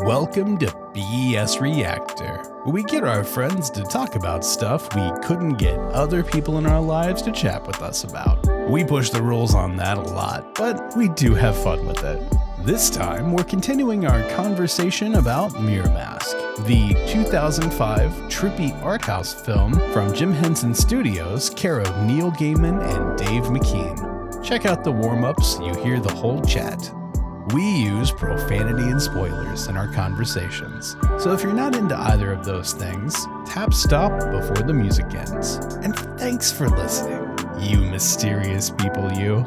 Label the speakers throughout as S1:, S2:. S1: Welcome to BS Reactor, where we get our friends to talk about stuff we couldn't get other people in our lives to chat with us about. We push the rules on that a lot, but we do have fun with it. This time, we're continuing our conversation about Mirror Mask, the 2005 trippy art house film from Jim Henson Studios, care of Neil Gaiman and Dave McKean. Check out the warm ups, you hear the whole chat. We use profanity and spoilers in our conversations. So if you're not into either of those things, tap stop before the music ends. And thanks for listening, you mysterious people, you.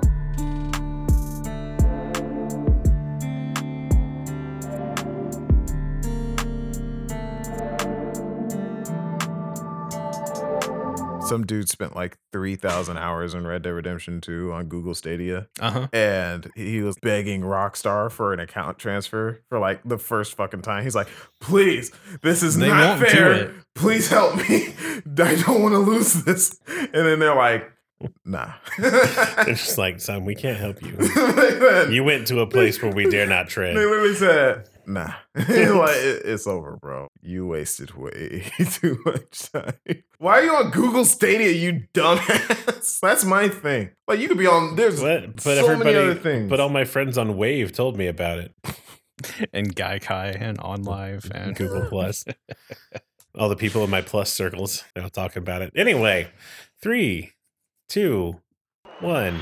S2: Some dude spent like 3,000 hours in Red Dead Redemption 2 on Google Stadia.
S1: Uh huh.
S2: And he was begging Rockstar for an account transfer for like the first fucking time. He's like, please, this is
S1: They won't
S2: not
S1: do it.
S2: fair. Please help me. I don't want to lose this. And then they're like, nah.
S3: They're just like, son, we can't help you.
S2: you
S3: You went to a place where we dare not
S2: They
S3: tread.
S2: literally said, nah. like, it- it's over, bro. You wasted way too much time. Why are you on Google Stadia, you dumbass? That's my thing. Like, you could be on, there's
S3: But, but
S2: so
S3: everybody,
S2: many other things.
S3: but all my friends on Wave told me about it.
S1: And Gaikai and On Live and
S3: Google Plus. all the people in my Plus circles, they're all talking about it. Anyway, three, two, one.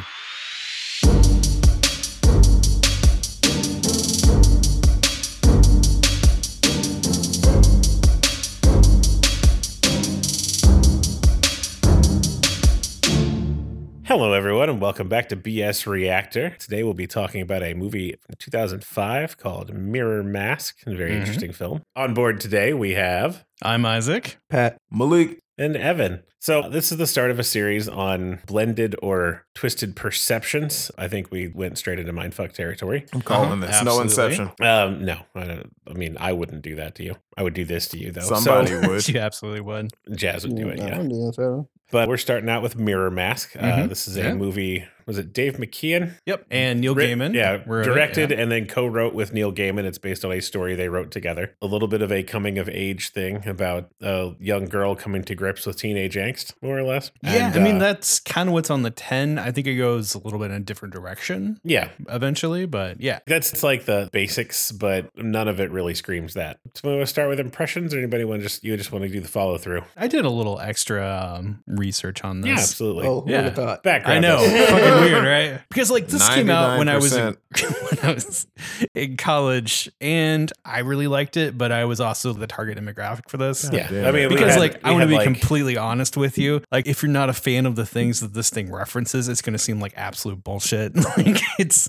S3: Hello, everyone, and welcome back to BS Reactor. Today, we'll be talking about a movie from 2005 called Mirror Mask, a very
S1: Mhm.
S3: interesting film. On board today, we have
S1: I'm Isaac.
S2: Pat Malik.
S3: and Evan. So, uh, this is the start of a series on blended or twisted perceptions. I think we went straight into mindfuck territory.
S2: I'm calling
S1: Uh-huh,
S2: this.
S1: absolutely.
S2: No inception.
S3: Um, no, I, don't, I mean, I wouldn't do that to you. I would do this to you, though.
S2: Somebody would.
S1: You absolutely would.
S3: So, Jazz would do it,
S4: Mm, I
S3: yeah.
S4: don't do that, fella.
S3: But we're starting out with Mirror Mask. Uh,
S1: Mhm.
S3: this is a
S1: Yeah.
S3: movie, was it Dave McKeon?
S1: Yep. And Neil
S3: Writ-
S1: Gaiman.
S3: Yeah,
S1: wrote it,
S3: directed
S1: yeah.
S3: and then co-wrote with Neil Gaiman. It's based on a story they wrote together. A little bit of a coming of age thing about a young girl coming to grips with teenage angst, more or less.
S1: Yeah,
S3: And,
S1: I mean
S3: uh,
S1: that's kind of what's on the ten. I think it goes a little bit in a different direction
S3: Yeah,
S1: eventually, but yeah.
S3: that's it's like the basics, but none of it really screams that. So we want to start with impressions, or anybody want to just you just want to do the follow through?
S1: I did a little extra um, research on
S3: Yeah,
S1: this.
S3: absolutely.
S4: Oh, who
S1: yeah.
S4: would have thought?
S3: Background.
S1: I know,
S3: though.
S1: fucking weird, right? Because like this came out when I was in,
S2: 99%.
S1: when I was in college, and I really liked it, but I was also the target demographic for this.
S3: Yeah,
S2: damn
S3: I mean
S2: it.
S3: we
S1: Because
S3: had-
S1: like I
S3: we
S1: want to
S3: had,
S1: be
S3: like-
S1: completely honest with you, like if you're not a fan of the things that this thing references, it's going to seem like absolute bullshit. like it's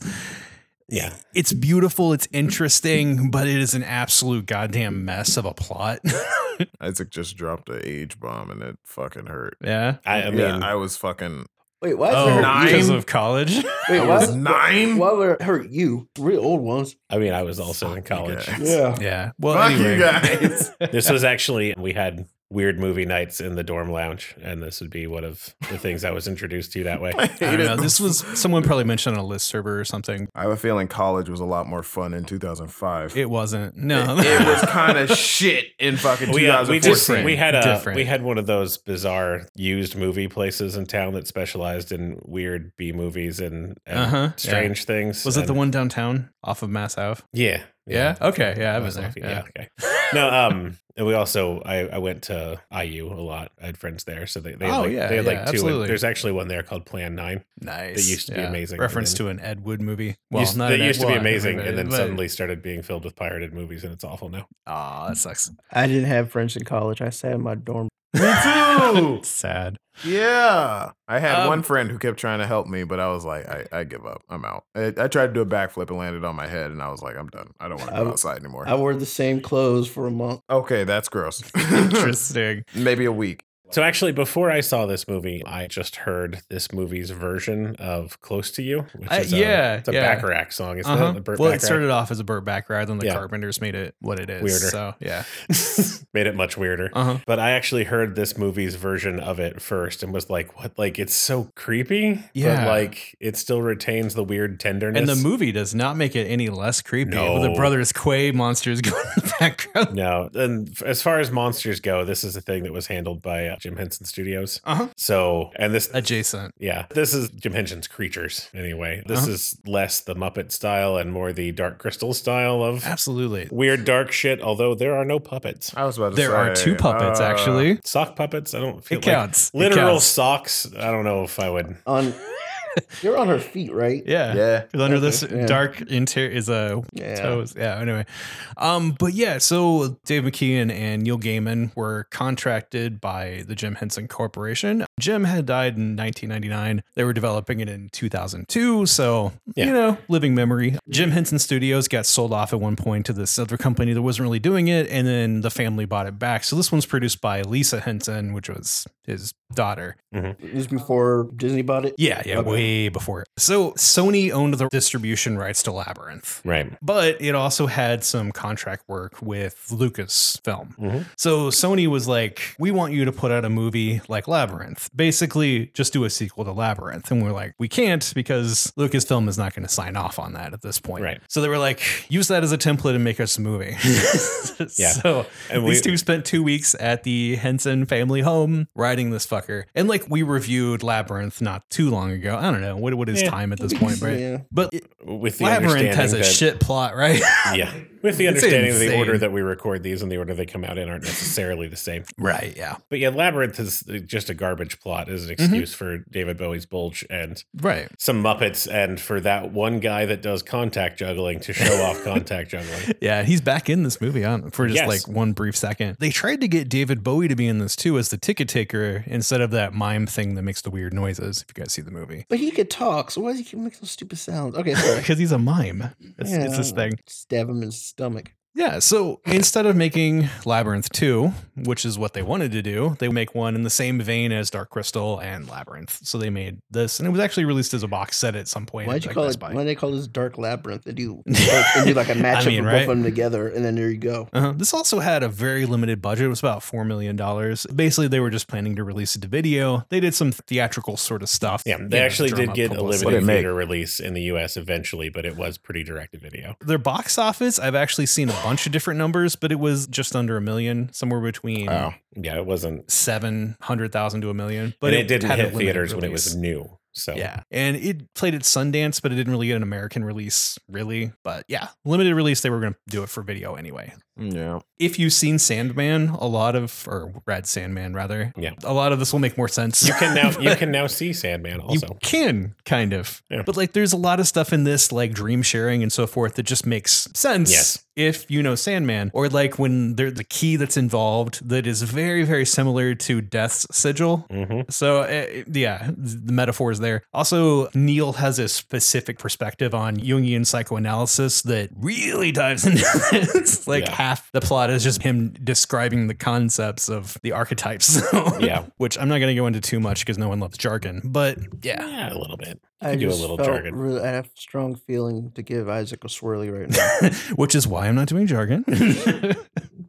S3: Yeah,
S1: it's beautiful, it's interesting, but it is an absolute goddamn mess of a plot.
S2: Isaac just dropped an age bomb and it fucking hurt.
S1: yeah.
S3: I, I mean,
S2: yeah, I was fucking.
S4: Wait, why does it
S1: Oh,
S4: hurt
S2: nine?
S1: because
S4: you?
S1: of college.
S2: I
S4: Wait, why,
S2: was nine.
S4: why would it hurt you? Real old ones.
S3: I mean, I was also in
S2: Fuck you
S3: college.
S2: guys.
S4: Yeah.
S1: Yeah. Well,
S2: Fuck
S1: anyway.
S2: you guys.
S3: this was actually we had weird movie nights in the dorm lounge and this would be one of the things i was introduced to that way
S2: I
S1: I
S2: hate
S1: don't
S2: it.
S1: know. This was someone probably mentioned on a list server or something.
S2: I have a feeling college was a lot more fun in 2005.
S1: It wasn't. No.
S2: It- it was kind of shit in fucking
S3: we, uh,
S2: 2014.
S3: we just
S1: Different.
S3: we had a
S1: Different.
S3: we had one of those bizarre used movie places in town that specialized in weird b movies and, and
S1: Uh-huh, yeah.
S3: strange things
S1: Was it the
S3: and-
S1: one downtown off of Mass Ave?
S3: yeah
S1: Yeah. Okay. Yeah, I've
S3: That
S1: been
S3: was
S1: there.
S3: off- yeah okay no um and we also I, I went to iu a lot i had friends there so they, they had
S1: Oh,
S3: like,
S1: yeah,
S3: they had
S1: yeah,
S3: like two
S1: absolutely.
S3: there's actually one there called plan nine
S1: Nice.
S3: That used to be amazing.
S1: Reference
S3: And
S1: to
S3: then-
S1: an Ed Wood movie.
S3: Well, used,
S1: not
S3: that
S1: an Ed-
S3: used to
S1: well,
S3: be
S1: I think
S3: amazing,
S1: it
S3: and then
S1: is, but-
S3: suddenly started being filled with pirated movies, and it's awful now.
S1: Aw, that sucks.
S4: I didn't have friends in college. I sat in my dorm.
S2: Me
S1: Sad.
S2: too. Yeah. I had
S1: Um,
S2: one friend who kept trying to help me, but I was like, I, I give up. I'm out. I, I tried to do a backflip and landed on my head, and I was like, I'm done. I don't want to
S4: I
S2: go
S4: w-
S2: outside anymore.
S4: I wore the same clothes for a month.
S2: okay, that's gross.
S1: Interesting.
S2: Maybe a week.
S3: So actually, before I saw this movie, I just heard this movie's version of "Close to You," which
S1: I-
S3: is a,
S1: yeah,
S3: it's a
S1: yeah.
S3: Bacharach song. It's
S1: Uh-huh.
S3: not the Burt
S1: well, it
S3: Bacharach.
S1: started off as a Burt Bacharach, then the
S3: Yeah.
S1: Carpenters made it what it is.
S3: Weirder.
S1: So yeah.
S3: made it much weirder.
S1: Uh huh.
S3: But I actually heard this movie's version of it first and was like, "What? Like it's so creepy,
S1: Yeah.
S3: but like it still retains the weird tenderness."
S1: And the movie does not make it any less creepy. With the
S3: No.
S1: brothers Quay monsters going in the background.
S3: No, and f- as far as monsters go, this is a thing that was handled by uh, Jim Henson Studios.
S1: Uh huh.
S3: So, and this
S1: Adjacent.
S3: Yeah, this is Jim Henson's creatures anyway. This
S1: Uh-huh.
S3: is less the Muppet style and more the Dark Crystal style of
S1: Absolutely.
S3: weird dark shit. Although there are no puppets,
S2: I was about to
S1: There are
S2: say,
S1: two puppets
S2: uh,
S1: actually.
S3: sock puppets. I don't feel
S1: It
S3: like-
S1: counts. It
S3: literal
S1: counts.
S3: socks. I don't know if I would.
S4: On you're on her feet, right?
S1: Yeah.
S2: Yeah.
S1: Under
S4: Okay,
S1: this
S4: yeah.
S1: dark interior is a
S4: Yeah.
S1: toes. Yeah. Anyway, um, but yeah, so Dave McKeon and Neil Gaiman were contracted by the Jim Henson Corporation. Jim had died in 1999. They were developing it in 2002, so
S3: Yeah.
S1: you know, living memory. Jim Henson Studios got sold off at one point to this other company that wasn't really doing it, and then the family bought it back. So this one's produced by Lisa Henson, which was his daughter.
S4: It was before Disney bought it.
S1: Yeah, yeah,
S4: Okay.
S1: way before. So Sony owned the distribution rights to Labyrinth
S3: Right.
S1: but it also had some contract work with Lucasfilm.
S3: Mhm.
S1: So Sony was like, "We want you to put out a movie like Labyrinth. Basically, just do a sequel to Labyrinth." And we're like, "We can't because Lucasfilm is not going to sign off on that at this point."
S3: Right.
S1: So they were like, "Use that as a template and make us a movie."
S3: Yeah.
S1: So
S3: And we,
S1: these two spent two weeks at the Henson family home riding this fucker. And like we reviewed Labyrinth not too long ago. I don't know what what is
S3: Yeah.
S1: time at this point, right?
S4: Yeah.
S1: But
S3: with the
S1: Labyrinth has a
S3: understanding that-
S1: shit plot, right?
S3: Yeah, with the
S1: It's
S3: understanding that the order
S1: insane.
S3: that we record these and the order they come out in aren't necessarily the same.
S1: Right, yeah.
S3: But yeah, Labyrinth is just a garbage plot as
S1: Mm-hmm.
S3: an excuse for David Bowie's bulge and
S1: Right.
S3: some Muppets and for that one guy that does contact juggling to show off contact juggling.
S1: Yeah, he's back in this movie on for just
S3: Yes.
S1: like one brief second. They tried to get David Bowie to be in this too as the ticket taker instead of that mime thing that makes the weird noises, if you guys see the movie.
S4: But he could talk, so why does he keep making those stupid sounds? Okay, sorry.
S1: Because he's a mime. It's,
S4: Yeah,
S1: it's his thing.
S4: Stab him in the stomach.
S1: Yeah. So instead of making Labyrinth 2, which is what they wanted to do, they make one in the same vein as Dark Crystal and Labyrinth. So they made this, and it was actually released as a box set at some point.
S4: Why'd
S1: at,
S4: you
S1: like,
S4: call
S1: Best
S4: it?
S1: Buy.
S4: Why do they call this Dark Labyrinth? They do, they do like a matchup
S1: mean,
S4: of both
S1: right?
S4: of them together, and then there you go.
S1: Uh-huh. This also had a very limited budget. It was about $4 million. Basically, they were just planning to release it to video. They did some theatrical sort of stuff.
S3: Yeah,
S1: you
S3: they
S1: know,
S3: actually
S1: drum
S3: did
S1: up
S3: get a
S1: publicity.
S2: What
S3: limited
S2: it make?
S3: theater release in the US eventually, but it was pretty direct to video.
S1: Their box office, I've actually seen a bunch of different numbers, but it was just under a million, somewhere between
S2: Wow.
S3: Yeah, it wasn't
S1: 700,000 to a million. But
S3: but it, didn't
S1: had a
S3: hit
S1: limited
S3: theaters when it was
S1: release.
S3: new. So
S1: Yeah. And it played at Sundance, but it didn't really get an American release, really. But yeah, limited release, they were going to do it for video anyway.
S2: Yeah.
S1: If you've seen Sandman, a lot of, or Red Sandman rather,
S3: Yeah.
S1: a lot of this will make more sense.
S3: you can now you
S1: But-
S3: can now see Sandman
S1: You
S3: also.
S1: can kind of,
S3: Yeah.
S1: but like there's a lot of stuff in this, like dream sharing and so forth, that just makes sense
S3: Yes.
S1: if you know Sandman, or like when there the key that's involved that is very, very similar to Death's sigil.
S3: hmm
S1: So uh, yeah, the metaphor is there. Also, Neil has a specific perspective on Jungian psychoanalysis that really dives into this. Like
S3: Yeah.
S1: half the plot is just him describing the concepts of the archetypes.
S3: Yeah.
S1: Which I'm not going to go into too much because no one loves jargon, but yeah.
S3: Yeah, a little bit.
S4: I
S3: do a
S4: just
S3: little
S4: felt
S3: jargon.
S4: Really, I have a strong feeling to give Isaac a swirly right now.
S1: which is why I'm not doing jargon.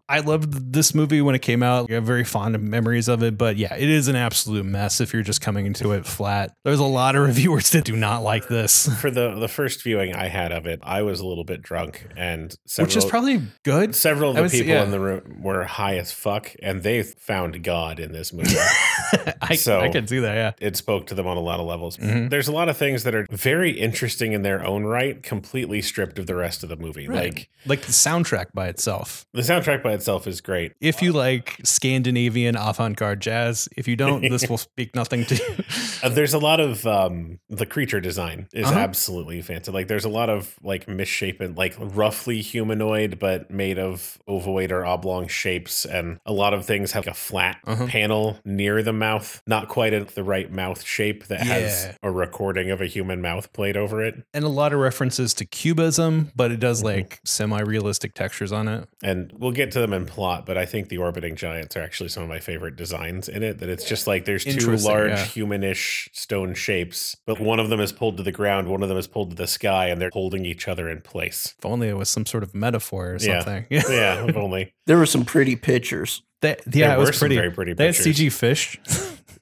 S1: I loved this movie when it came out. I have very fond memories of it, but yeah, it is an absolute mess if you're just coming into it flat. There's a lot of reviewers that do not like this,
S3: For the the first viewing I had of it, I was a little bit drunk and several,
S1: which is probably good.
S3: several of
S1: I
S3: the
S1: would say-
S3: people
S1: yeah.
S3: in the room were high as fuck and they found God in this movie.
S1: I,
S3: So-
S1: I can do that, yeah.
S3: it spoke to them on a lot of levels.
S1: Mhm.
S3: There's a lot of things that are very interesting in their own right, completely stripped of the rest of the movie.
S1: Right.
S3: Like
S1: Like the soundtrack by itself.
S3: the soundtrack by itself is great.
S1: If you like Scandinavian avant garde jazz, if you don't, this will speak nothing to you.
S3: Uh, there's a lot of um, the creature design is
S1: Uh-huh.
S3: absolutely fantastic. Like there's a lot of like misshapen, like roughly humanoid but made of ovoid or oblong shapes, and a lot of things have a flat
S1: Uh-huh.
S3: panel near them mouth, not quite at the right mouth shape that
S1: Yeah.
S3: has a recording of a human mouth played over it.
S1: and a lot of references to cubism, but it does
S3: Mhm.
S1: like semi-realistic textures on it.
S3: And we'll get to them in plot, but I think the orbiting giants are actually some of my favorite designs in it. That it's just like there's two
S1: Interesting,
S3: large
S1: yeah.
S3: humanish stone shapes, but one of them is pulled to the ground, one of them is pulled to the sky, and they're holding each other in place.
S1: If only it was some sort of metaphor or
S3: Yeah.
S1: something.
S3: Yeah, if only.
S4: There were some pretty pictures.
S1: That- yeah,
S3: There
S1: it
S3: were
S1: was
S3: some
S1: pretty.
S3: very pretty
S1: They had
S3: pictures.
S1: CG fish.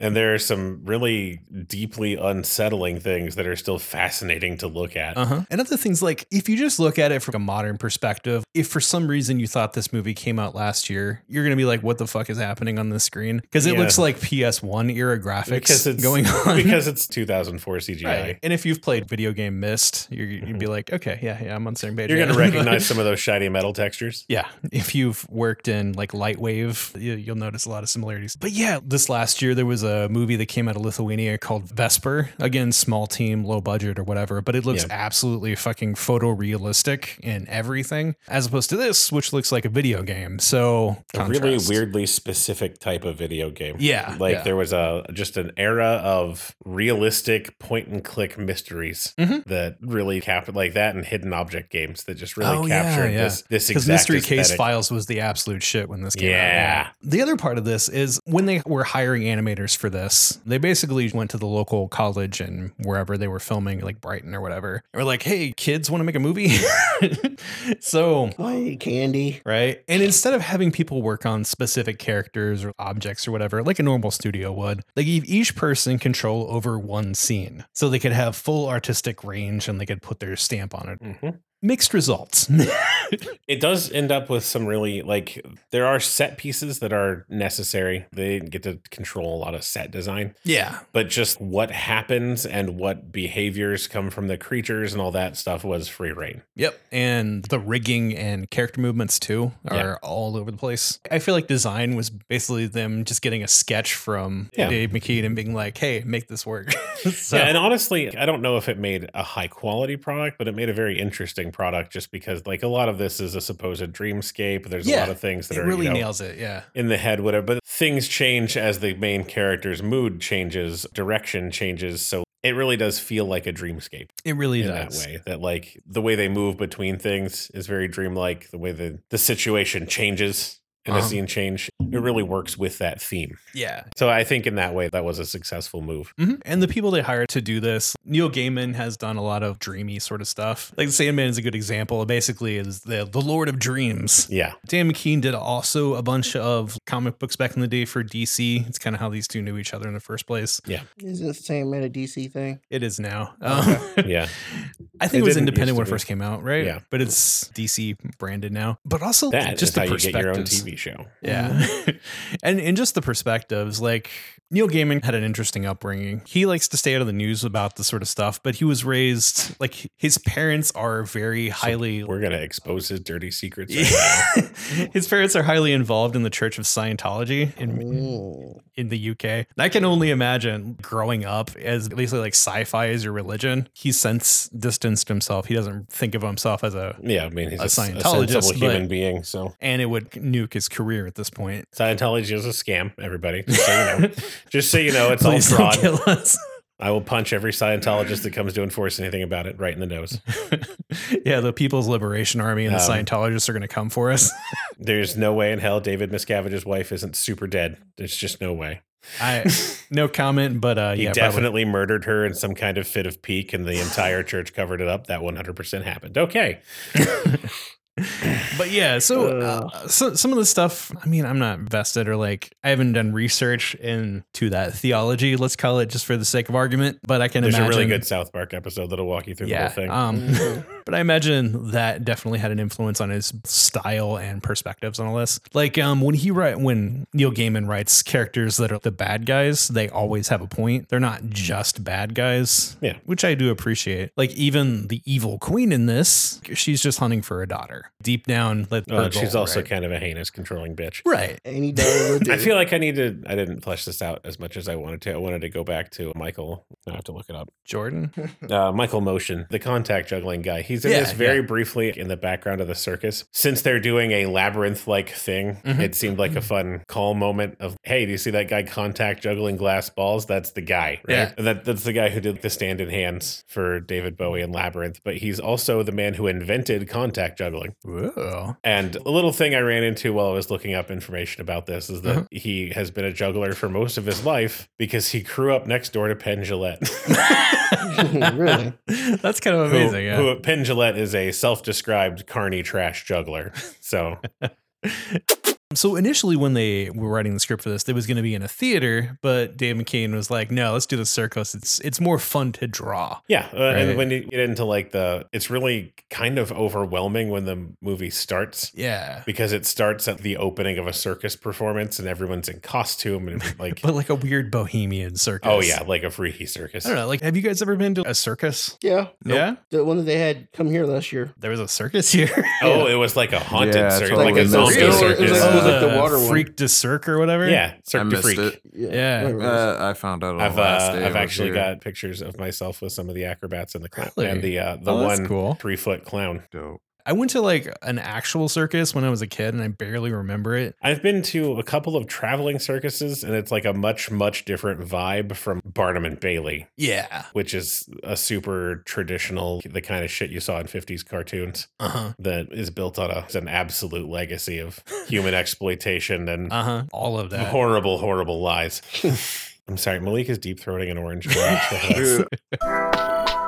S3: And there are some really deeply unsettling things that are still fascinating to look at.
S1: Uh-huh. And other things like if you just look at it from a modern perspective, if for some reason you thought this movie came out last year, you're going to be like, what the fuck is happening on this screen? Because it
S3: Yeah.
S1: looks like PS1 era graphics
S3: Because it's-
S1: going on.
S3: Because it's 2004 CGI.
S1: Right. And if you've played video game Mist, you're, you'd be like, okay, yeah, yeah, I'm on the same page.
S3: Mm-hmm. You're going
S1: Yeah.
S3: to recognize some of those shiny metal textures.
S1: Yeah, if you've worked in like Lightwave, you- you'll notice a lot of similarities. But yeah, this last year there was a movie that came out of Lithuania called Vesper. Again, small team, low budget or whatever, but it looks
S3: Yeah.
S1: absolutely fucking photorealistic in everything, as opposed to this, which looks like a video game. So
S3: A really
S1: contrast.
S3: weirdly specific type of video game.
S1: Yeah,
S3: Like
S1: yeah.
S3: there was a just an era of realistic point and click mysteries
S1: Mhm.
S3: that really captured like that and hidden object games that just really
S1: Oh, yeah,
S3: captured
S1: yeah.
S3: this this
S1: Because
S3: exact
S1: Mystery Case
S3: aesthetic.
S1: Files was the absolute shit when this came out.
S3: Yeah.
S1: The other part of this is when they were hiring animators for this, they basically went to the local college and wherever they were filming, like Brighton or whatever, and were like, hey, kids want to make a movie? so.
S4: Play candy.
S1: Right. And instead of having people work on specific characters or objects or whatever, like a normal studio would, they gave each person control over one scene. So they could have full artistic range and they could put their stamp on it.
S3: Mhm.
S1: Mixed results.
S3: It does end up with some really like there are set pieces that are necessary. They didn't get to control a lot of set design,
S1: yeah.
S3: but just what happens and what behaviors come from the creatures and all that stuff was free reign.
S1: Yep. And the rigging and character movements too are
S3: Yeah.
S1: all over the place. I feel like design was basically them just getting a sketch from
S3: Yeah.
S1: Dave McKean and being like, hey, make this work. so
S3: yeah, and honestly, I don't know if it made a high quality product, but it made a very interesting product just because like a lot of this is a supposed dreamscape. There's a
S1: Yeah,
S3: lot of things that
S1: it
S3: are
S1: really
S3: you know,
S1: nails it. Yeah.
S3: in the head, whatever. But things change as the main character's mood changes, direction changes. So it really does feel like a dreamscape
S1: It really
S3: in that
S1: does.
S3: way. That like the way they move between things is very dreamlike. The way the the situation changes in a
S1: Uh-huh.
S3: scene change, it really works with that theme.
S1: Yeah.
S3: So I think in that way, that was a successful move.
S1: Mhm. And the people they hired to do this, Neil Gaiman has done a lot of dreamy sort of stuff. Like the Sandman is a good example. Basically, is the the Lord of Dreams.
S3: Yeah.
S1: Dan McKean did also a bunch of comic books back in the day for DC. It's kind of how these two knew each other in the first place.
S4: Is it the same at a DC thing?
S1: It is now. Um,
S3: Yeah.
S1: I think it,
S3: It
S1: was
S3: didn't
S1: independent
S3: used
S1: when it
S3: to
S1: first came out, right?
S3: Yeah.
S1: But it's DC branded now. But also
S3: That is
S1: just the
S3: how you get your own
S1: perspectives.
S3: TV show.
S1: Yeah. and and just the perspectives, like Neil Gaiman had an interesting upbringing. He likes to stay out of the news about this sort of stuff, but he was raised like his parents are very highly
S3: We're gonna expose his dirty secrets. right now.
S1: his parents are highly involved in the Church of Scientology
S2: Mm-hmm.
S1: in
S4: Mm.
S1: in the UK. And I can only imagine growing up as basically like sci-fi is your religion. He since distanced himself. He doesn't think of himself as a
S3: Yeah, I mean he's
S1: A
S3: a, s- a
S1: Scientologist,
S3: sensible
S1: but-
S3: human being. So
S1: and it would nuke his career at this point.
S3: Scientology is a scam. Everybody, just so you know, just so you know, it's all
S1: Please don't
S3: fraud.
S1: kill us.
S3: I will punch every Scientologist that comes to enforce anything about it right in the nose.
S1: yeah, the People's Liberation Army and the
S3: Um,
S1: Scientologists are going to come for us.
S3: There's no way in hell David Miscavige's wife isn't super dead. There's just no way.
S1: I no comment, but uh,
S3: He
S1: yeah, probably.
S3: definitely murdered her in some kind of fit of pique, and the entire church covered it up. That 100% happened. Okay.
S1: But yeah, so, uh, so some of the stuff. I mean, I'm not vested or like I haven't done research into that theology. Let's call it just for the sake of argument. But I can
S3: There's
S1: imagine
S3: a really good South Park episode that'll walk you through the
S1: yeah.
S3: whole thing.
S1: Um, but I imagine that definitely had an influence on his style and perspectives on all this. Like um, when he write when Neil Gaiman writes characters that are the bad guys, they always have a point. They're not just bad guys.
S3: Yeah.
S1: which I do appreciate. Like even the evil queen in this, she's just hunting for a daughter. her. Deep down, let her
S3: Uh,
S1: roll,
S3: she's also
S1: right?
S3: kind of a heinous controlling bitch.
S1: right.
S4: Any day of the
S3: I
S4: day.
S3: feel like I need to. I didn't flesh this out as much as I wanted to. I wanted to go back to Michael. I have to look it up.
S1: Jordan.
S3: Uh, Michael Motion, the contact juggling guy. He's in
S1: Hmm. Yeah,
S3: this very
S1: yeah.
S3: briefly in the background of the circus. Since they're doing a labyrinth like thing,
S1: Mhm.
S3: it seemed like a fun call moment of, hey, do you see that guy contact juggling glass balls? That's the guy, right?
S1: Yeah.
S3: And that, that's the guy who did the stand in hands for David Bowie and Labyrinth, but he's also the man who invented contact juggling.
S1: Whoa.
S3: And a little thing I ran into while I was looking up information about this is that
S1: Uh-huh.
S3: he has been a juggler for most of his life because he grew up next door to Penn Gillette.
S4: Really?
S1: That's kind of
S3: Who-
S1: amazing. yeah.
S3: who- Penn Gillette is a self-described carny trash juggler. So
S1: So initially, when they were writing the script for this, it was going to be in a theater, but Dave McCain was like, "No, let's do the circus. It's it's more fun to draw."
S3: yeah, uh,
S1: Right.
S3: and when you get into like the, it's really kind of overwhelming when the movie starts.
S1: Yeah,
S3: Because it starts at the opening of a circus performance and everyone's in costume and like,
S1: but like a weird bohemian circus.
S3: oh yeah, like a freaky circus.
S1: I don't know. Like, have you guys ever been to a circus?
S4: yeah.
S1: Yeah,
S4: The one that they had come here last year.
S1: there was a circus here.
S3: Oh, it was like a haunted
S2: Yeah,
S3: circus,
S2: totally
S3: like a
S2: missed
S3: zombie
S2: it. It was- it was
S3: circus.
S4: like- it was like the
S1: Uh,
S4: water one.
S1: freak de cirque or whatever.
S3: yeah,
S2: I
S3: Cirque du
S2: missed
S3: Freak.
S2: it.
S1: Yeah.
S4: whatever it was.
S2: Uh, I found out on
S3: I've
S2: the last
S3: uh,
S2: day. I
S3: I've
S2: was
S3: actually
S2: here.
S3: got pictures of myself with some of the acrobats in the clown
S1: Really?
S3: and the uh, the
S1: Oh,
S3: one
S1: that's cool.
S3: three foot clown.
S2: Dope.
S1: I went to like an actual circus when I was a kid, and I barely remember it.
S3: I've been to a couple of traveling circuses, and it's like a much much different vibe from Barnum and Bailey,
S1: Yeah.
S3: which is a super traditional, the kind of shit you saw in fifties cartoons
S1: Uh huh.
S3: that is built on a, it's an absolute legacy of human exploitation and
S1: Uh huh. All of that.
S3: horrible horrible lies. I'm sorry, Malik is deep throating an orange. for each of us.
S2: Dude,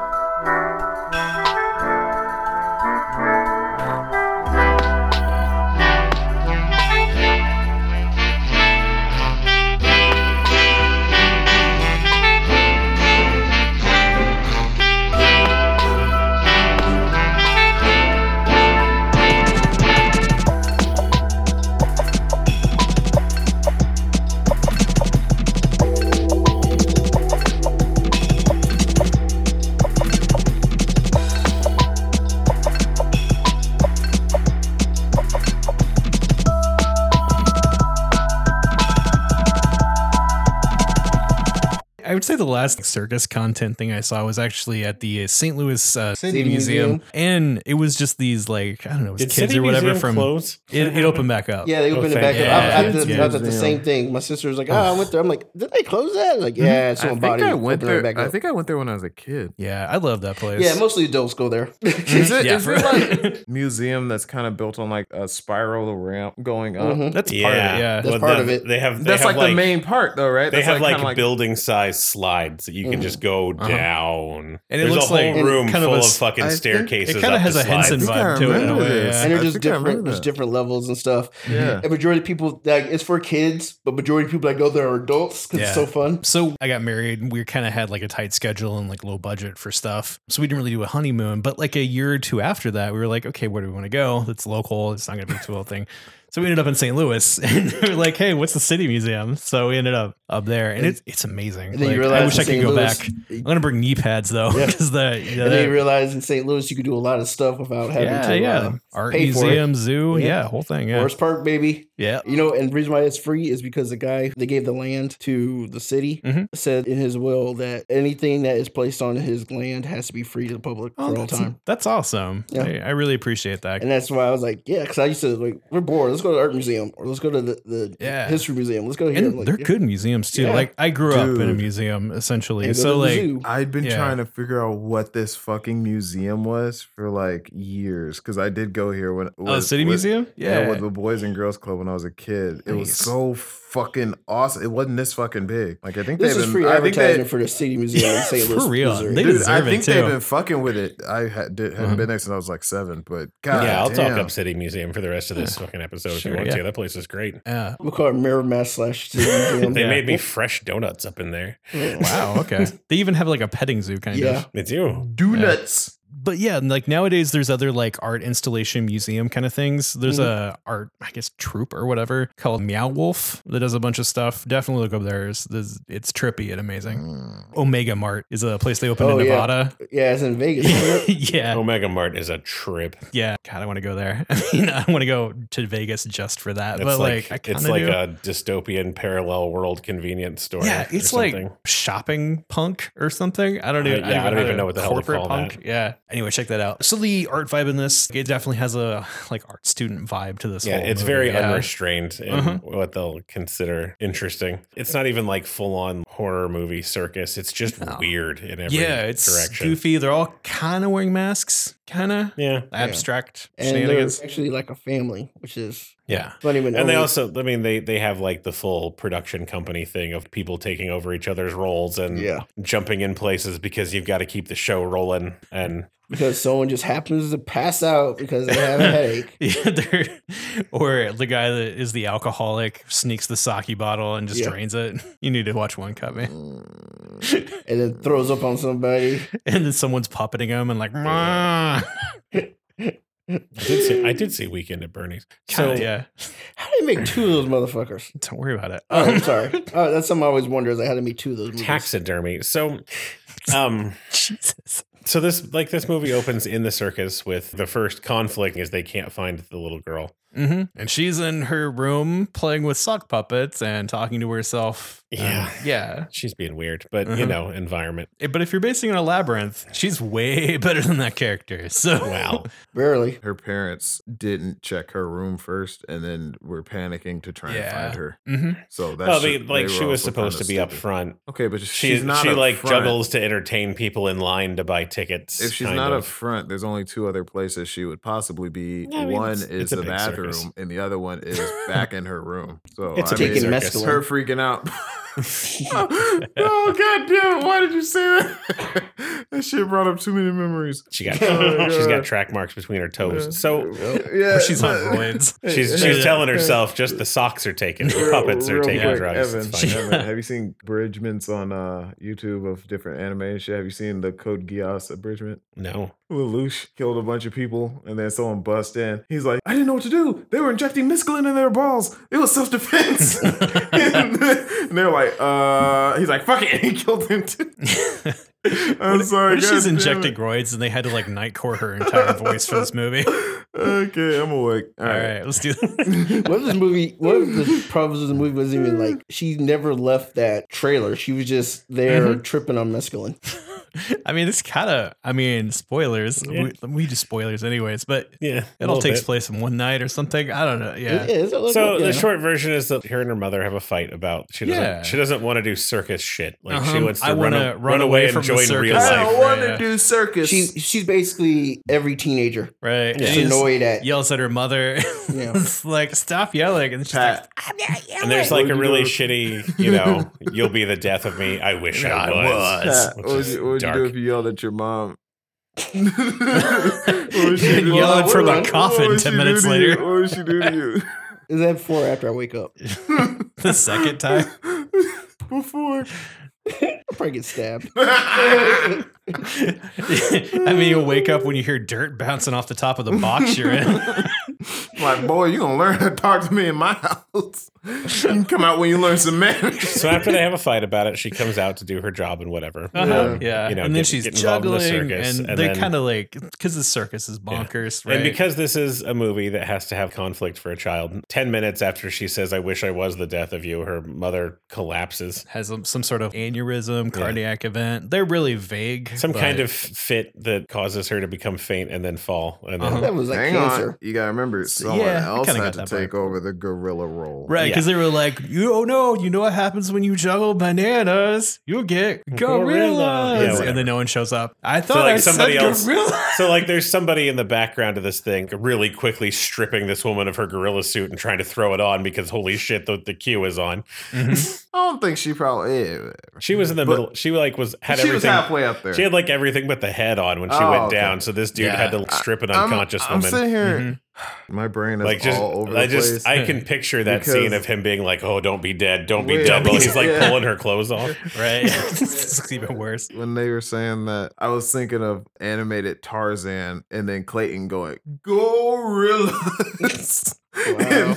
S1: I would say the last circus content thing I saw was actually at the uh, St. Louis uh, City,
S4: City
S1: Museum.
S4: Museum.
S1: and it was just these like I don't know, it was
S3: Did
S1: kids
S3: City
S1: or whatever
S3: Museum
S1: from
S3: close?
S1: it, it opened back up.
S4: Yeah, they opened
S3: Oh,
S4: it back
S1: thank
S4: up. I, I,
S1: God.
S4: did,
S1: Yeah.
S4: I did the same thing. My sister was like, "Oh, I went there." I'm like, "Did they close that?" Like,
S2: Mm-hmm.
S4: yeah,
S2: I
S4: someone
S2: think
S4: body
S2: I went
S4: opened it
S2: there.
S4: back
S2: I
S4: up.
S2: think I went there when I was a kid.
S1: Yeah, I love that place.
S4: yeah, mostly adults go there.
S2: Is it,
S1: Yeah,
S2: is
S1: for-
S2: it like museum that's kind of built on like a spiral ramp going up?
S4: Mhm.
S1: that's part of it. Yeah,
S4: That's part
S3: the-
S4: of it.
S3: They have they
S2: That's
S3: have
S2: like, the main part though, right?
S3: They
S2: That's
S3: have like,
S2: kinda
S3: building size slides that you can
S4: Mhm.
S3: just go
S1: Uh-huh.
S3: down.
S1: And it
S3: There's
S1: looks
S3: a whole
S1: like
S3: room
S1: kind of
S3: full
S1: a
S3: of,
S1: s-
S3: fucking
S2: I think-
S3: staircases.
S1: it kind of
S3: up
S1: has
S3: the
S1: a Henson
S3: slides.
S2: think
S1: vibe to
S2: I
S1: it. in a
S2: remember
S1: way,
S2: this.
S1: yeah.
S4: and they're
S2: I
S4: just
S2: think I remember
S4: different. There's
S2: that.
S4: different levels and stuff.
S2: yeah.
S4: And majority of people, like, it's for kids, but majority of people that go there are adults because
S1: Yeah.
S4: it's so fun.
S1: So I got married and we kind of had like a tight schedule and like low budget for stuff. So we didn't really do a honeymoon. But like a year or two after that, we were like, okay, where do we want to go? That's local. It's not going to be a too old thing. So we ended up in St. Louis and we were like, hey, what's the city museum? So we ended up up there and it's, it's amazing.
S4: And then
S1: Like,
S4: you realize
S1: I wish
S4: in
S1: I could
S4: St.
S1: go
S4: Louis-
S1: back. I'm going to bring knee pads though.
S4: Yeah.
S1: Because the, yeah,
S4: and then you
S1: the
S4: realize in St. Louis you can do a lot of stuff without having
S1: yeah,
S4: to.
S1: yeah.
S4: Uh,
S1: Art
S4: pay for it.
S1: museum, zoo. Yeah.
S4: Yeah.
S1: whole thing. Yeah.
S4: Forest Park, baby.
S1: Yeah.
S4: You know, and the reason why it's free is because the guy they gave the land to the city
S1: Mhm.
S4: said in his will that anything that is placed on his land has to be free to the public
S1: Oh,
S4: for all
S1: that's,
S4: time.
S1: that's awesome.
S4: Yeah.
S1: I, I really appreciate that.
S4: And that's why I was like, yeah, because I used to like, we're bored. Let's go to the art museum or let's go to the, the
S1: Yeah.
S4: history museum. Let's go here.
S1: and
S4: Like,
S1: they're
S4: yeah.
S1: good museums too.
S4: Yeah.
S1: Like I grew up in a
S2: Dude.
S1: museum essentially.
S4: And go
S1: so
S4: to the
S1: like
S4: zoo.
S2: I'd been
S1: Yeah.
S2: trying to figure out what this fucking museum was for like years because I did go here when
S1: oh,
S2: with-
S1: City
S2: with-
S1: Museum?
S2: Yeah.
S1: Yeah.
S2: with the Boys and Girls Club when I was a kid. It was
S1: Nice.
S2: so fucking awesome. It wasn't this fucking big. Like I think
S4: This
S2: they've
S4: is
S2: been.
S4: free
S2: I think
S4: advertising
S2: they,
S4: for the city museum in St.
S1: For
S4: Louis,
S1: real.
S4: Missouri.
S1: They
S2: dude,
S1: deserve
S2: I
S1: it,
S2: think
S1: too.
S2: they've been fucking with it. I had, did, hadn't
S1: Uh-huh.
S2: been there since I was like seven, but god,
S3: Mm-hmm. yeah, I'll
S2: damn.
S3: talk up City Museum for the rest of this fucking episode if
S1: Sure,
S3: you want
S1: yeah.
S3: to. That place is great.
S1: Yeah.
S4: We'll call it Mirror Mass slash City Museum.
S3: They
S1: Yeah.
S3: made me fresh donuts up in there.
S4: Yeah.
S1: Wow, okay. they even have like a petting zoo kind
S4: Yeah.
S1: of.
S3: They do.
S2: Donuts.
S1: but yeah, and, like nowadays there's other like art installation museum kind of things. There's
S4: Mm-hmm.
S1: a art, I guess, troupe or whatever called Meow Wolf that does a bunch of stuff. Definitely look up there. It's, there's- it's trippy and amazing.
S2: Mm.
S1: Omega Mart is a place they opened
S4: Oh,
S1: in
S4: yeah.
S1: Nevada.
S4: Yeah, it's in Vegas.
S1: Yeah.
S4: isn't it?
S1: yeah.
S3: Omega Mart is a trip.
S1: God, I want to go there. I mean, I want to go to Vegas just for that.
S3: It's
S1: Uh, but like,
S3: like,
S1: I kinda
S3: it's like
S1: do.
S3: a dystopian parallel world convenience store.
S1: yeah,
S3: or
S1: it's like
S3: something.
S1: shopping punk or something. I don't
S3: Uh,
S1: even,
S3: yeah, I don't
S1: how
S3: even
S1: to-
S3: know what the hell to
S1: corporate
S3: call
S1: punk. Yeah. Anyway, check that out. So the art vibe in this, it definitely has a like art student vibe to this.
S3: yeah,
S1: whole
S3: it's
S1: movie.
S3: very
S1: yeah.
S3: unrestrained in
S1: Uh-huh.
S3: what they'll consider interesting. It's not even like full on horror movie circus. It's just
S1: No.
S3: weird in every
S1: Yeah, it's
S3: direction.
S1: goofy. They're all kind of wearing masks, kind of
S3: Yeah.
S1: abstract
S4: And they're
S1: shenanigans.
S4: actually like a family, which is
S1: Yeah.
S4: not even.
S3: And they
S4: only-
S3: also, I mean, they they have like the full production company thing of people taking over each other's roles and
S4: yeah,
S3: jumping in places because you've got to keep the show rolling. And
S4: because someone just happens to pass out because they have a headache.
S1: Yeah, they're- or the guy that is the alcoholic sneaks the sake bottle and just
S4: Yeah.
S1: drains it. You need to watch one cut, man.
S4: And then throws up on somebody.
S1: And then someone's puppeting him and like, "Mwah."
S3: I did see, I did see Weekend at Bernie's. So
S1: Kinda, yeah,
S4: How do they make two of those motherfuckers?
S1: don't worry about it.
S4: Oh,
S1: Um,
S4: I'm sorry. Oh, that's something I always wonder is like how to make two of those movies.
S3: taxidermy. So, um,
S1: Jesus.
S3: so this like this movie opens in the circus with the first conflict is they can't find the little girl.
S1: hmm And she's in her room playing with sock puppets and talking to herself. Um,
S3: Yeah.
S1: yeah.
S3: She's being weird, but you
S2: Uh-huh.
S1: Mhm.
S3: know, environment.
S1: Eh, But if you're basing it on a labyrinth, she's way better than that character. So
S3: Wow.
S4: Barely.
S2: Her parents didn't check her room first, and then were panicking to try
S1: Yeah.
S2: and find her.
S1: hmm
S2: So that's
S3: well, they, like she was supposed to be up front.
S2: Okay, but she's,
S3: She,
S2: not.
S3: she
S2: up
S3: like
S2: front.
S3: juggles to entertain people in line to buy tickets.
S2: If she's
S3: kind
S2: not up
S3: of.
S2: front, there's only two other places she would possibly be.
S3: Yeah, I mean,
S2: one
S3: it's-
S2: is
S3: it's a
S2: the
S3: big circus.
S2: bathroom, and the other one is back in her room. So
S4: It's a
S2: I mean,
S4: taking
S3: circus.
S2: it's
S4: mescaline.
S2: her freaking out. oh, god damn it! Why did you say that? that shit brought up too many memories.
S3: She got
S2: Oh,
S3: she's got
S2: God. Uh-huh.
S3: track marks between her toes. Oh, So
S2: yeah,
S1: Or she's on
S2: but-
S1: roids.
S3: she's she's
S1: Yeah.
S3: telling herself just the socks are taken, the
S2: Real-
S3: puppets are
S2: real
S3: taking
S2: quick,
S3: drugs.
S2: Evan,
S3: It's fine.
S2: Evan, have you seen abridgments on uh, YouTube of different anime and shit? Have you seen the Code Geass abridgment?
S3: No,
S2: Lelouch killed a bunch of people, and then someone bust in. He's like, I didn't know what to do. They were injecting mescaline in their balls. It was self defense. and they're like, uh, he's like, fuck it. And he killed him too. I'm
S1: what, if-
S2: sorry.
S1: what if she's
S2: God damn
S1: injecting
S2: it.
S1: roids and they had to like nightcore her entire voice for this movie? All
S2: Okay, I'm awake. All right.
S1: right, let's do
S4: What if this movie? What if the problems of the movie wasn't even like she never left that trailer? She was just there
S1: Mm-hmm.
S4: tripping on mescaline.
S1: I mean, it's kind of, I mean, spoilers.
S3: Yeah.
S1: We, we do spoilers anyways, but
S3: yeah, a
S1: it all
S3: little
S1: takes
S3: bit.
S1: place in one night or something. I don't know. Yeah.
S4: it's a little-
S3: So
S4: yeah.
S3: the short version is that her and her mother have a fight about she doesn't
S1: Yeah.
S3: she doesn't want to do circus shit like she
S1: Uh-huh.
S3: wants to
S1: I
S3: run,
S1: wanna
S3: a-
S1: run
S3: run
S1: away
S3: away
S1: from
S3: and
S1: the
S3: join
S1: circus.
S3: real
S2: I
S1: Life,
S2: don't
S3: life.
S2: want to
S1: yeah.
S2: do circus.
S4: she she's basically every teenager.
S1: Right.
S3: Yeah.
S1: And
S4: She's
S1: she just
S4: annoyed at.
S1: Yells at her mother.
S4: Yeah.
S1: it's like, stop yelling. And she's
S2: Pat.
S1: like, I'm not yelling.
S3: And there's like
S2: What
S3: a
S2: would you
S3: really
S2: do?
S3: shitty, you know, you'll be the death of me. I wish I
S1: I
S3: was.
S2: Pat,
S3: which
S2: what would
S3: is
S2: you, what would you do
S3: dark.
S2: if you yelled at your mom? What would she do?
S1: Yelling from
S2: What
S1: a
S2: would-
S1: coffin
S2: what
S1: 10
S2: would she do
S1: minutes
S2: to you?
S1: later.
S2: What would she do to you?
S4: Is that four after I wake up?
S1: the second time.
S2: Before.
S4: I'll probably get stabbed.
S1: I mean, you'll wake up when you hear dirt bouncing off the top of the box you're in.
S2: like, boy, you gonna learn how to talk to me in my house. You can come out when you learn some manners.
S3: So after they have a fight about it, she comes out to do her job and whatever.
S1: Uh-huh. Yeah.
S3: You know,
S1: and then
S3: get-
S1: she's
S3: get involved in the
S1: juggling.
S3: circus,
S1: and,
S3: and
S1: they
S3: then-
S1: kind of like, because the circus is bonkers, right?
S3: And because this is a movie that has to have conflict for a child, 10 minutes after she says, I wish I was the death of you, her mother collapses.
S1: has some, some sort of aneurysm, cardiac event. They're really vague.
S3: Some
S1: but-
S3: kind of fit that causes her to become faint and then fall. And then
S1: Uh-huh.
S4: That was like
S2: Hang
S4: cancer.
S2: on, you gotta remember someone
S1: yeah, I
S2: else
S1: kinda
S2: had to
S1: got that
S2: take over the gorilla role.
S1: Right, because they were like, "You oh no, you know what happens when you juggle bananas? You get
S3: Gorilla." Yeah,
S1: gorillas."
S3: whatever.
S1: and then no one shows up. I thought
S3: like,
S1: I
S3: somebody
S1: said
S3: else-
S1: gorilla.
S3: So like there's somebody in the background of this thing really quickly stripping this woman of her gorilla suit and trying to throw it on because holy shit the, the queue is on.
S1: Mm-hmm.
S2: I don't think she probably is.
S3: She was in the
S2: But-
S3: middle she like was had
S2: she
S3: everything
S2: was halfway up there.
S3: She had like everything but the head on when she
S2: Oh,
S3: went
S2: okay.
S3: down. So this dude
S1: Yeah.
S3: had to strip an
S2: I'm-
S3: unconscious
S2: I'm,
S3: woman.
S2: sitting here.
S1: Mhm.
S2: My brain is
S3: like just
S2: all over
S3: I
S2: the place.
S3: just I can picture that
S2: Because-
S3: scene of him being like, "Oh, don't be dead, don't be
S2: Wait,
S3: dead." While he's like
S2: yeah.
S3: pulling her clothes off.
S1: Right? it's even worse.
S2: when they were saying that, I was thinking of animated Tarzan and then Clayton going, Gorillas.
S4: Wow.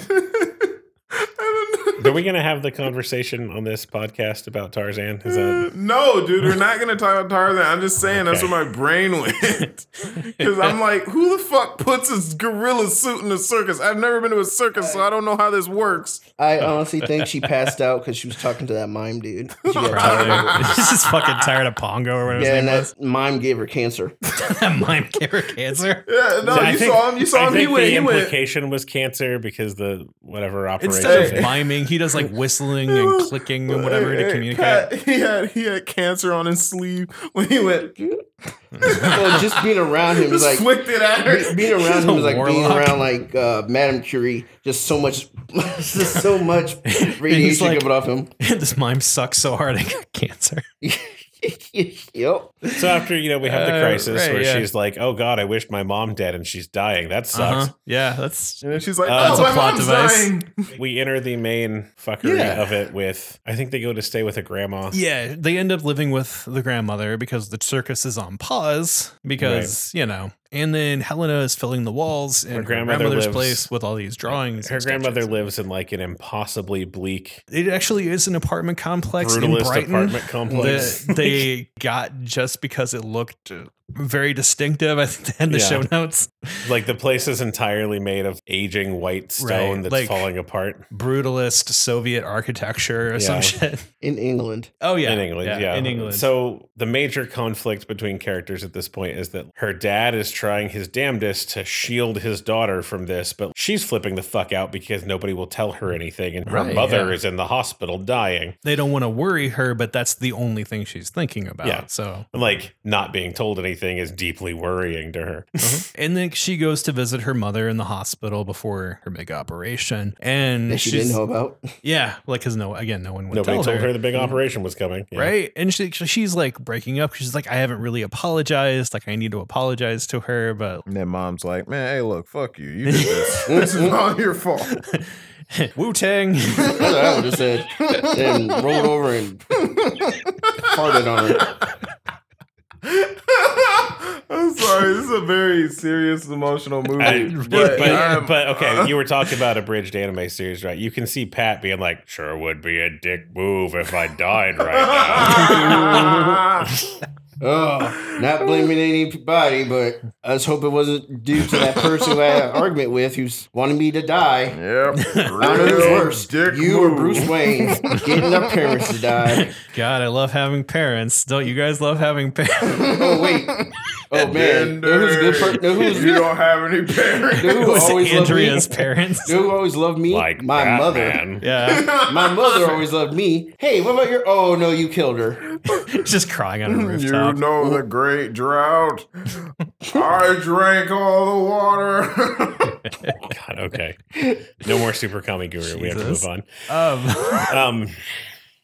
S2: I don't know.
S3: Are we gonna have the conversation on this podcast about Tarzan? Is that
S2: Mm, no, dude, we're not gonna talk about Tarzan. I'm just saying that's
S3: Okay.
S2: where my brain went. Because I'm like, who the fuck puts a gorilla suit in a circus? I've never been to a circus, so I don't know how this works.
S4: I honestly think she passed out because she was talking to that mime dude. She got tired of
S1: Probably. He's just fucking tired of Pongo or
S4: it.
S1: whatever
S4: Yeah,
S1: his
S4: and
S1: name was.
S4: that mime gave her cancer.
S1: That mime gave her cancer.
S2: Yeah, no,
S3: I
S2: you
S3: think-
S2: saw him. You saw
S3: I
S2: him. He
S3: think
S2: went.
S3: the
S2: He went.
S3: implication was cancer because the whatever operation.
S1: Instead
S2: Hey.
S1: of miming, he does like whistling and clicking and whatever
S2: Hey,
S1: to
S2: hey,
S1: communicate.
S2: Pat, he had he had cancer on his sleeve when he went.
S4: well, just being around him was
S2: Just
S4: like
S2: flicked it at
S4: be-
S2: her.
S4: being
S1: She's
S4: around
S1: a
S4: him was like being
S1: warlock.
S4: around like uh, Madame Curie. Just so much, just so much radiation
S1: like-
S4: coming off him.
S1: this mime sucks so hard, I got cancer.
S4: yep.
S3: so after you know we have the
S1: Uh,
S3: crisis
S1: right,
S3: where
S1: yeah.
S3: she's like, "Oh God, I wish my mom dead," and she's dying. That
S1: Uh-huh.
S3: sucks.
S1: Yeah, that's
S2: And then she's like,
S3: Uh,
S2: "Oh,
S3: that's
S1: a
S2: my
S1: plot
S2: mom's
S1: device.
S2: dying."
S3: We enter the main fuckery
S4: Yeah.
S3: of it with. I think they go to stay with a grandma.
S1: Yeah, they end up living with the grandmother because the circus is on pause because, you know. And then Helena is filling the walls in her,
S3: grandmother
S1: grandmother's
S3: lives-
S1: place with all these drawings.
S3: Her
S1: and
S3: grandmother
S1: sketches.
S3: lives in like an impossibly bleak,
S1: It actually is an apartment complex in
S3: brutalist
S1: Brighton.
S3: apartment complex.
S1: that they got just because it looked very distinctive. I think they had in the
S3: Yeah.
S1: show notes.
S3: like the place is entirely made of aging white stone
S1: Right,
S3: that's
S1: like-
S3: falling apart
S1: Brutalist Soviet architecture or
S3: Yeah.
S1: some shit.
S4: In England,
S1: Oh, yeah.
S3: in England. Yeah,
S1: In England.
S3: So the major conflict between characters at this point is that her dad is trying his damnedest to shield his daughter from this, but she's flipping the fuck out because nobody will tell her anything, and her
S1: Right,
S3: mother
S1: yeah.
S3: is in the hospital dying.
S1: they don't want to worry her, but that's the only thing she's thinking about.
S3: Yeah.
S1: So,
S3: And, Like not being told anything is deeply worrying to her.
S1: Mm-hmm. and then she goes to visit her mother in the hospital before her big operation. And
S4: that she
S1: she's-
S4: didn't know about.
S1: Yeah. Like, because no, again, no one would
S3: Nobody
S1: tell Mm-hmm.
S3: told her the big operation was coming. Yeah.
S1: right? And she, she's like breaking up. She's like, I haven't really apologized. Like, I need to apologize to her, but
S2: And then mom's like, "Man, hey, look, fuck you. You did this. this is all your fault."
S1: Wu Tang.
S4: That's what I would have said. And rolled over and farted on her.
S2: I'm sorry. This is a very serious, emotional movie.
S3: I-
S2: but,
S3: but, but,
S2: I'm-
S3: but,
S1: Uh-huh.
S3: okay, you were talking about abridged anime series, right? You can see Pat being like, "Sure would be a dick move if I died right
S4: Oh, not blaming anybody, but I just hope it wasn't due to that person who I had an argument with who's wanting me to die.
S2: Yep.
S4: I don't know who's
S2: Real
S4: worse,
S2: dick
S4: you or
S2: move.
S4: Bruce Wayne getting their parents to die.
S1: God, I love having parents. Don't you guys love having parents?
S4: Oh wait, oh man, know who's a good person? Know who's
S2: you don't have any
S4: know
S2: parents.
S4: who
S1: Was
S4: always loved me?
S1: Andrea's parents?
S4: Know who always loved me?
S3: now." Like
S4: my mother.
S3: Batman.
S1: Yeah,
S4: My mother always loved me. Hey, what about your? Oh no, you killed her.
S1: just crying on a
S2: You
S1: rooftop.
S2: know the great drought. I drank all the water.
S3: God, okay, no more Super Kami Guru. We have to
S1: Jesus.
S3: move on.
S1: Um,
S3: Um,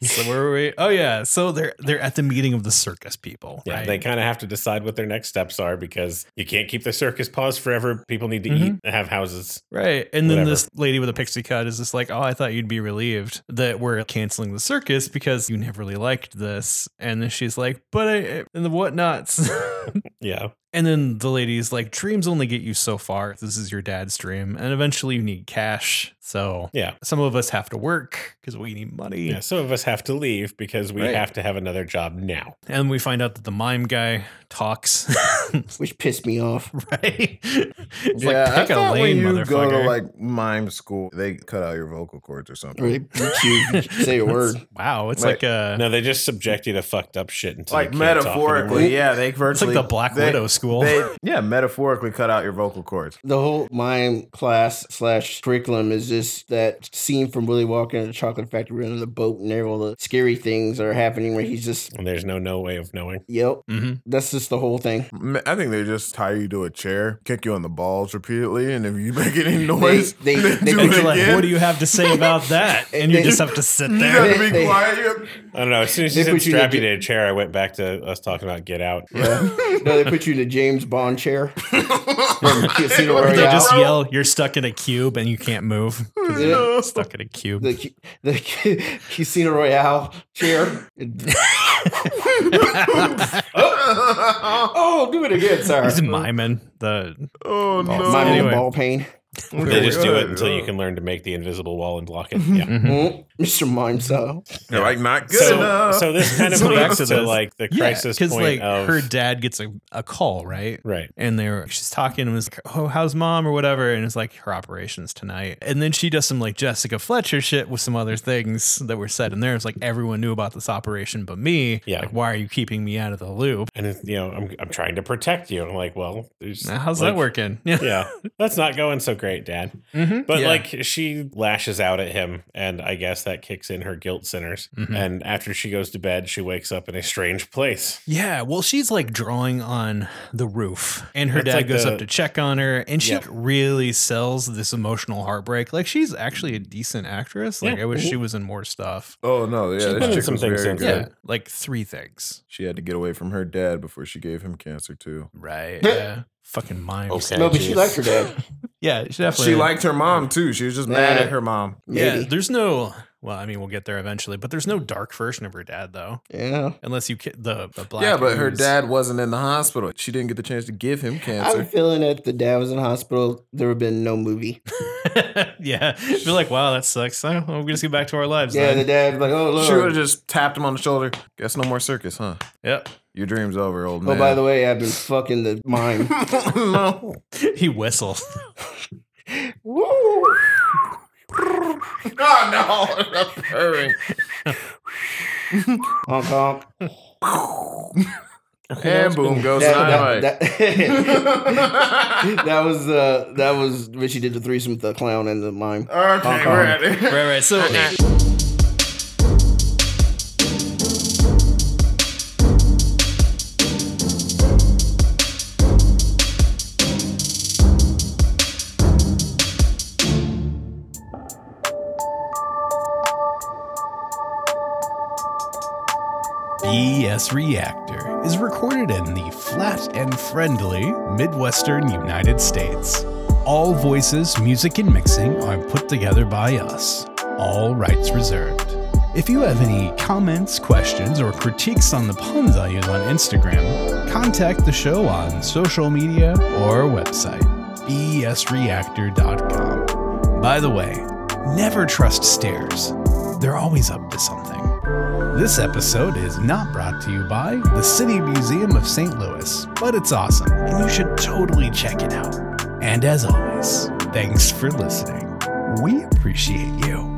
S1: so where were we? Oh yeah, so they're they're at the meeting of the circus people.
S3: yeah,
S1: right?
S3: they kind of have to decide what their next steps are because you can't keep the circus paused forever. People need to eat and have houses.
S1: right. And then
S3: Whatever.
S1: this lady with a pixie cut is just like, "Oh, I thought you'd be relieved that we're canceling the circus because you never really liked this." And then she's like, "But I and the whatnots."
S3: Yeah,
S1: And then the lady's like, dreams only get you so far. This is your dad's dream. And eventually you need cash. So
S3: yeah,
S1: some of us have to work because we need money.
S3: yeah. Some of us have to leave because we
S4: Right.
S3: have to have another job now.
S1: And we find out that the mime guy talks.
S4: Which pissed me off.
S1: right? It's
S2: yeah, I
S1: like, pick a
S2: thought when
S1: lane,
S2: you go to
S1: motherfucker.
S2: like mime school, they cut out your vocal cords or something.
S4: Really beat you. if you Say a word.
S1: wow. It's
S2: Like-
S1: like, a.
S3: No, they just subject you to fucked up shit until
S2: like
S3: you can't talk anymore.
S2: metaphorically, yeah, they
S1: It's like
S2: virtually
S1: the Black
S2: they-
S1: Widow school.
S2: They, yeah, metaphorically cut out your vocal cords.
S4: The whole mime class slash curriculum is just that scene from Willy Walker in the Chocolate Factory under the boat, and there all the scary things are happening where he's just,
S3: and there's no no way of knowing.
S4: yep.
S1: hmm
S4: That's just the whole thing.
S2: Ma- I think they just tie you to a chair, kick you in the balls repeatedly, and if you make any
S4: They,
S2: noise,
S4: they, they,
S2: do
S1: And
S2: it
S1: you're like,
S2: again.
S1: what do you have to say about that? And you
S4: They-
S1: just have to sit
S2: you
S1: there.
S2: got to
S4: They-
S2: be quiet. you-
S3: I don't know. As soon as you
S4: They
S3: said
S4: put you in
S3: strap
S4: the
S3: you
S4: j-
S3: to a chair, I went back to us talking about Get Out.
S4: Yeah. no, they put you in a James Bond chair. Casino
S1: Or
S4: Royale.
S1: they
S4: Yeah.
S1: just yell, "You're stuck in a cube and you can't move." 'cause
S4: Yeah.
S1: you're Stuck in a cube.
S4: The ca- the ca- Casino Royale chair.
S2: oh
S4: oh, do it again. Sorry.
S1: He's miming the.
S2: no!
S4: My
S1: Anyway.
S4: ball pain.
S3: They just do it until
S2: Oh.
S3: you can learn to make the invisible wall and block it. Yeah.
S1: Mhm.
S4: Mm, Mr. Mime style.
S2: They're like not good
S3: so,
S2: enough.
S3: so this kind of
S1: So back
S3: leads
S1: to
S3: to,
S1: this.
S3: like the
S1: Yeah,
S3: crisis
S1: because
S3: point
S1: like
S3: of
S1: her dad gets a, a call right,
S3: right.
S1: and they're she's talking and was like, "Oh, how's mom?" or whatever, and it's like her operations tonight, and then she does some like Jessica Fletcher shit with some other things that were said in there. It's like everyone knew about this operation but me.
S3: Yeah.
S1: like why are you keeping me out of the loop?
S3: And it's, you know, I'm I'm trying to protect you. And I'm like, well, there's,
S1: Now, how's
S3: like,
S1: that working? Yeah,
S3: Yeah, that's not going so great, Dad.
S1: Mhm.
S3: But
S1: Yeah.
S3: like, she lashes out at him, and I guess that kicks in her guilt centers.
S1: Mhm.
S3: And after she goes to bed, she wakes up in a strange place.
S1: Yeah, well, she's like drawing on the roof, and her
S3: That's
S1: dad
S3: like
S1: goes
S3: the-
S1: up to check on her, and she
S3: Yep.
S1: really sells this emotional heartbreak. Like she's actually a decent actress. Like
S3: Yeah. Mm-hmm.
S1: I wish she was in more stuff.
S2: oh no! Yeah,
S3: She's been
S2: this
S3: in
S2: chick
S3: some
S2: was very
S3: things since
S2: good.
S3: then.
S1: Yeah, like three things.
S2: She had to get away from her dad before she gave him cancer too.
S1: Right. Yeah. Fucking mimes.
S3: Okay.
S4: no, but she
S3: geez.
S4: liked her dad.
S1: Yeah, she definitely.
S2: She liked her mom too. She was just mad
S4: Yeah.
S2: at her mom.
S1: Yeah,
S4: Maybe.
S1: there's no. Well, I mean, we'll get there eventually, but there's no dark version of her dad though,
S4: Yeah.
S1: unless you ki- the the black.
S2: yeah, but her
S1: ooze.
S2: dad wasn't in the hospital. She didn't get the chance to give him
S4: I'm
S2: cancer.
S4: feeling that the dad was in hospital. There would have been no movie.
S1: yeah, you're like, wow, that sucks. Oh, we're gonna get back to our lives.
S4: Yeah,
S1: then.
S4: the dad was like, oh,
S2: she would have
S4: Lord.
S2: just tapped him on the shoulder. Guess no more circus, huh?
S1: Yep.
S2: Your dream's over, old
S4: Oh,
S2: man.
S4: by the way, I've been fucking the mime.
S2: no.
S1: He whistles.
S4: Woo!
S2: Oh no! Not purring.
S4: Honk honk.
S2: and boom goes
S4: That,
S2: dynamite.
S4: that, that, that was uh, that was when she did the threesome with the clown and the mime.
S2: Oh, okay, we're at it.
S1: right, right. So BS E Reactor is recorded in the flat and friendly Midwestern United States. All voices, music, and mixing are put together by us. All rights reserved. If you have any comments, questions, or critiques on the puns I use on Instagram, contact the show on social media or our website, E bsreactor.com. By the way, never trust stairs. They're always up to something. This episode is not brought to you by the City Museum of St. Louis, but it's awesome and you should totally check it out. And as always, thanks for listening. We appreciate you.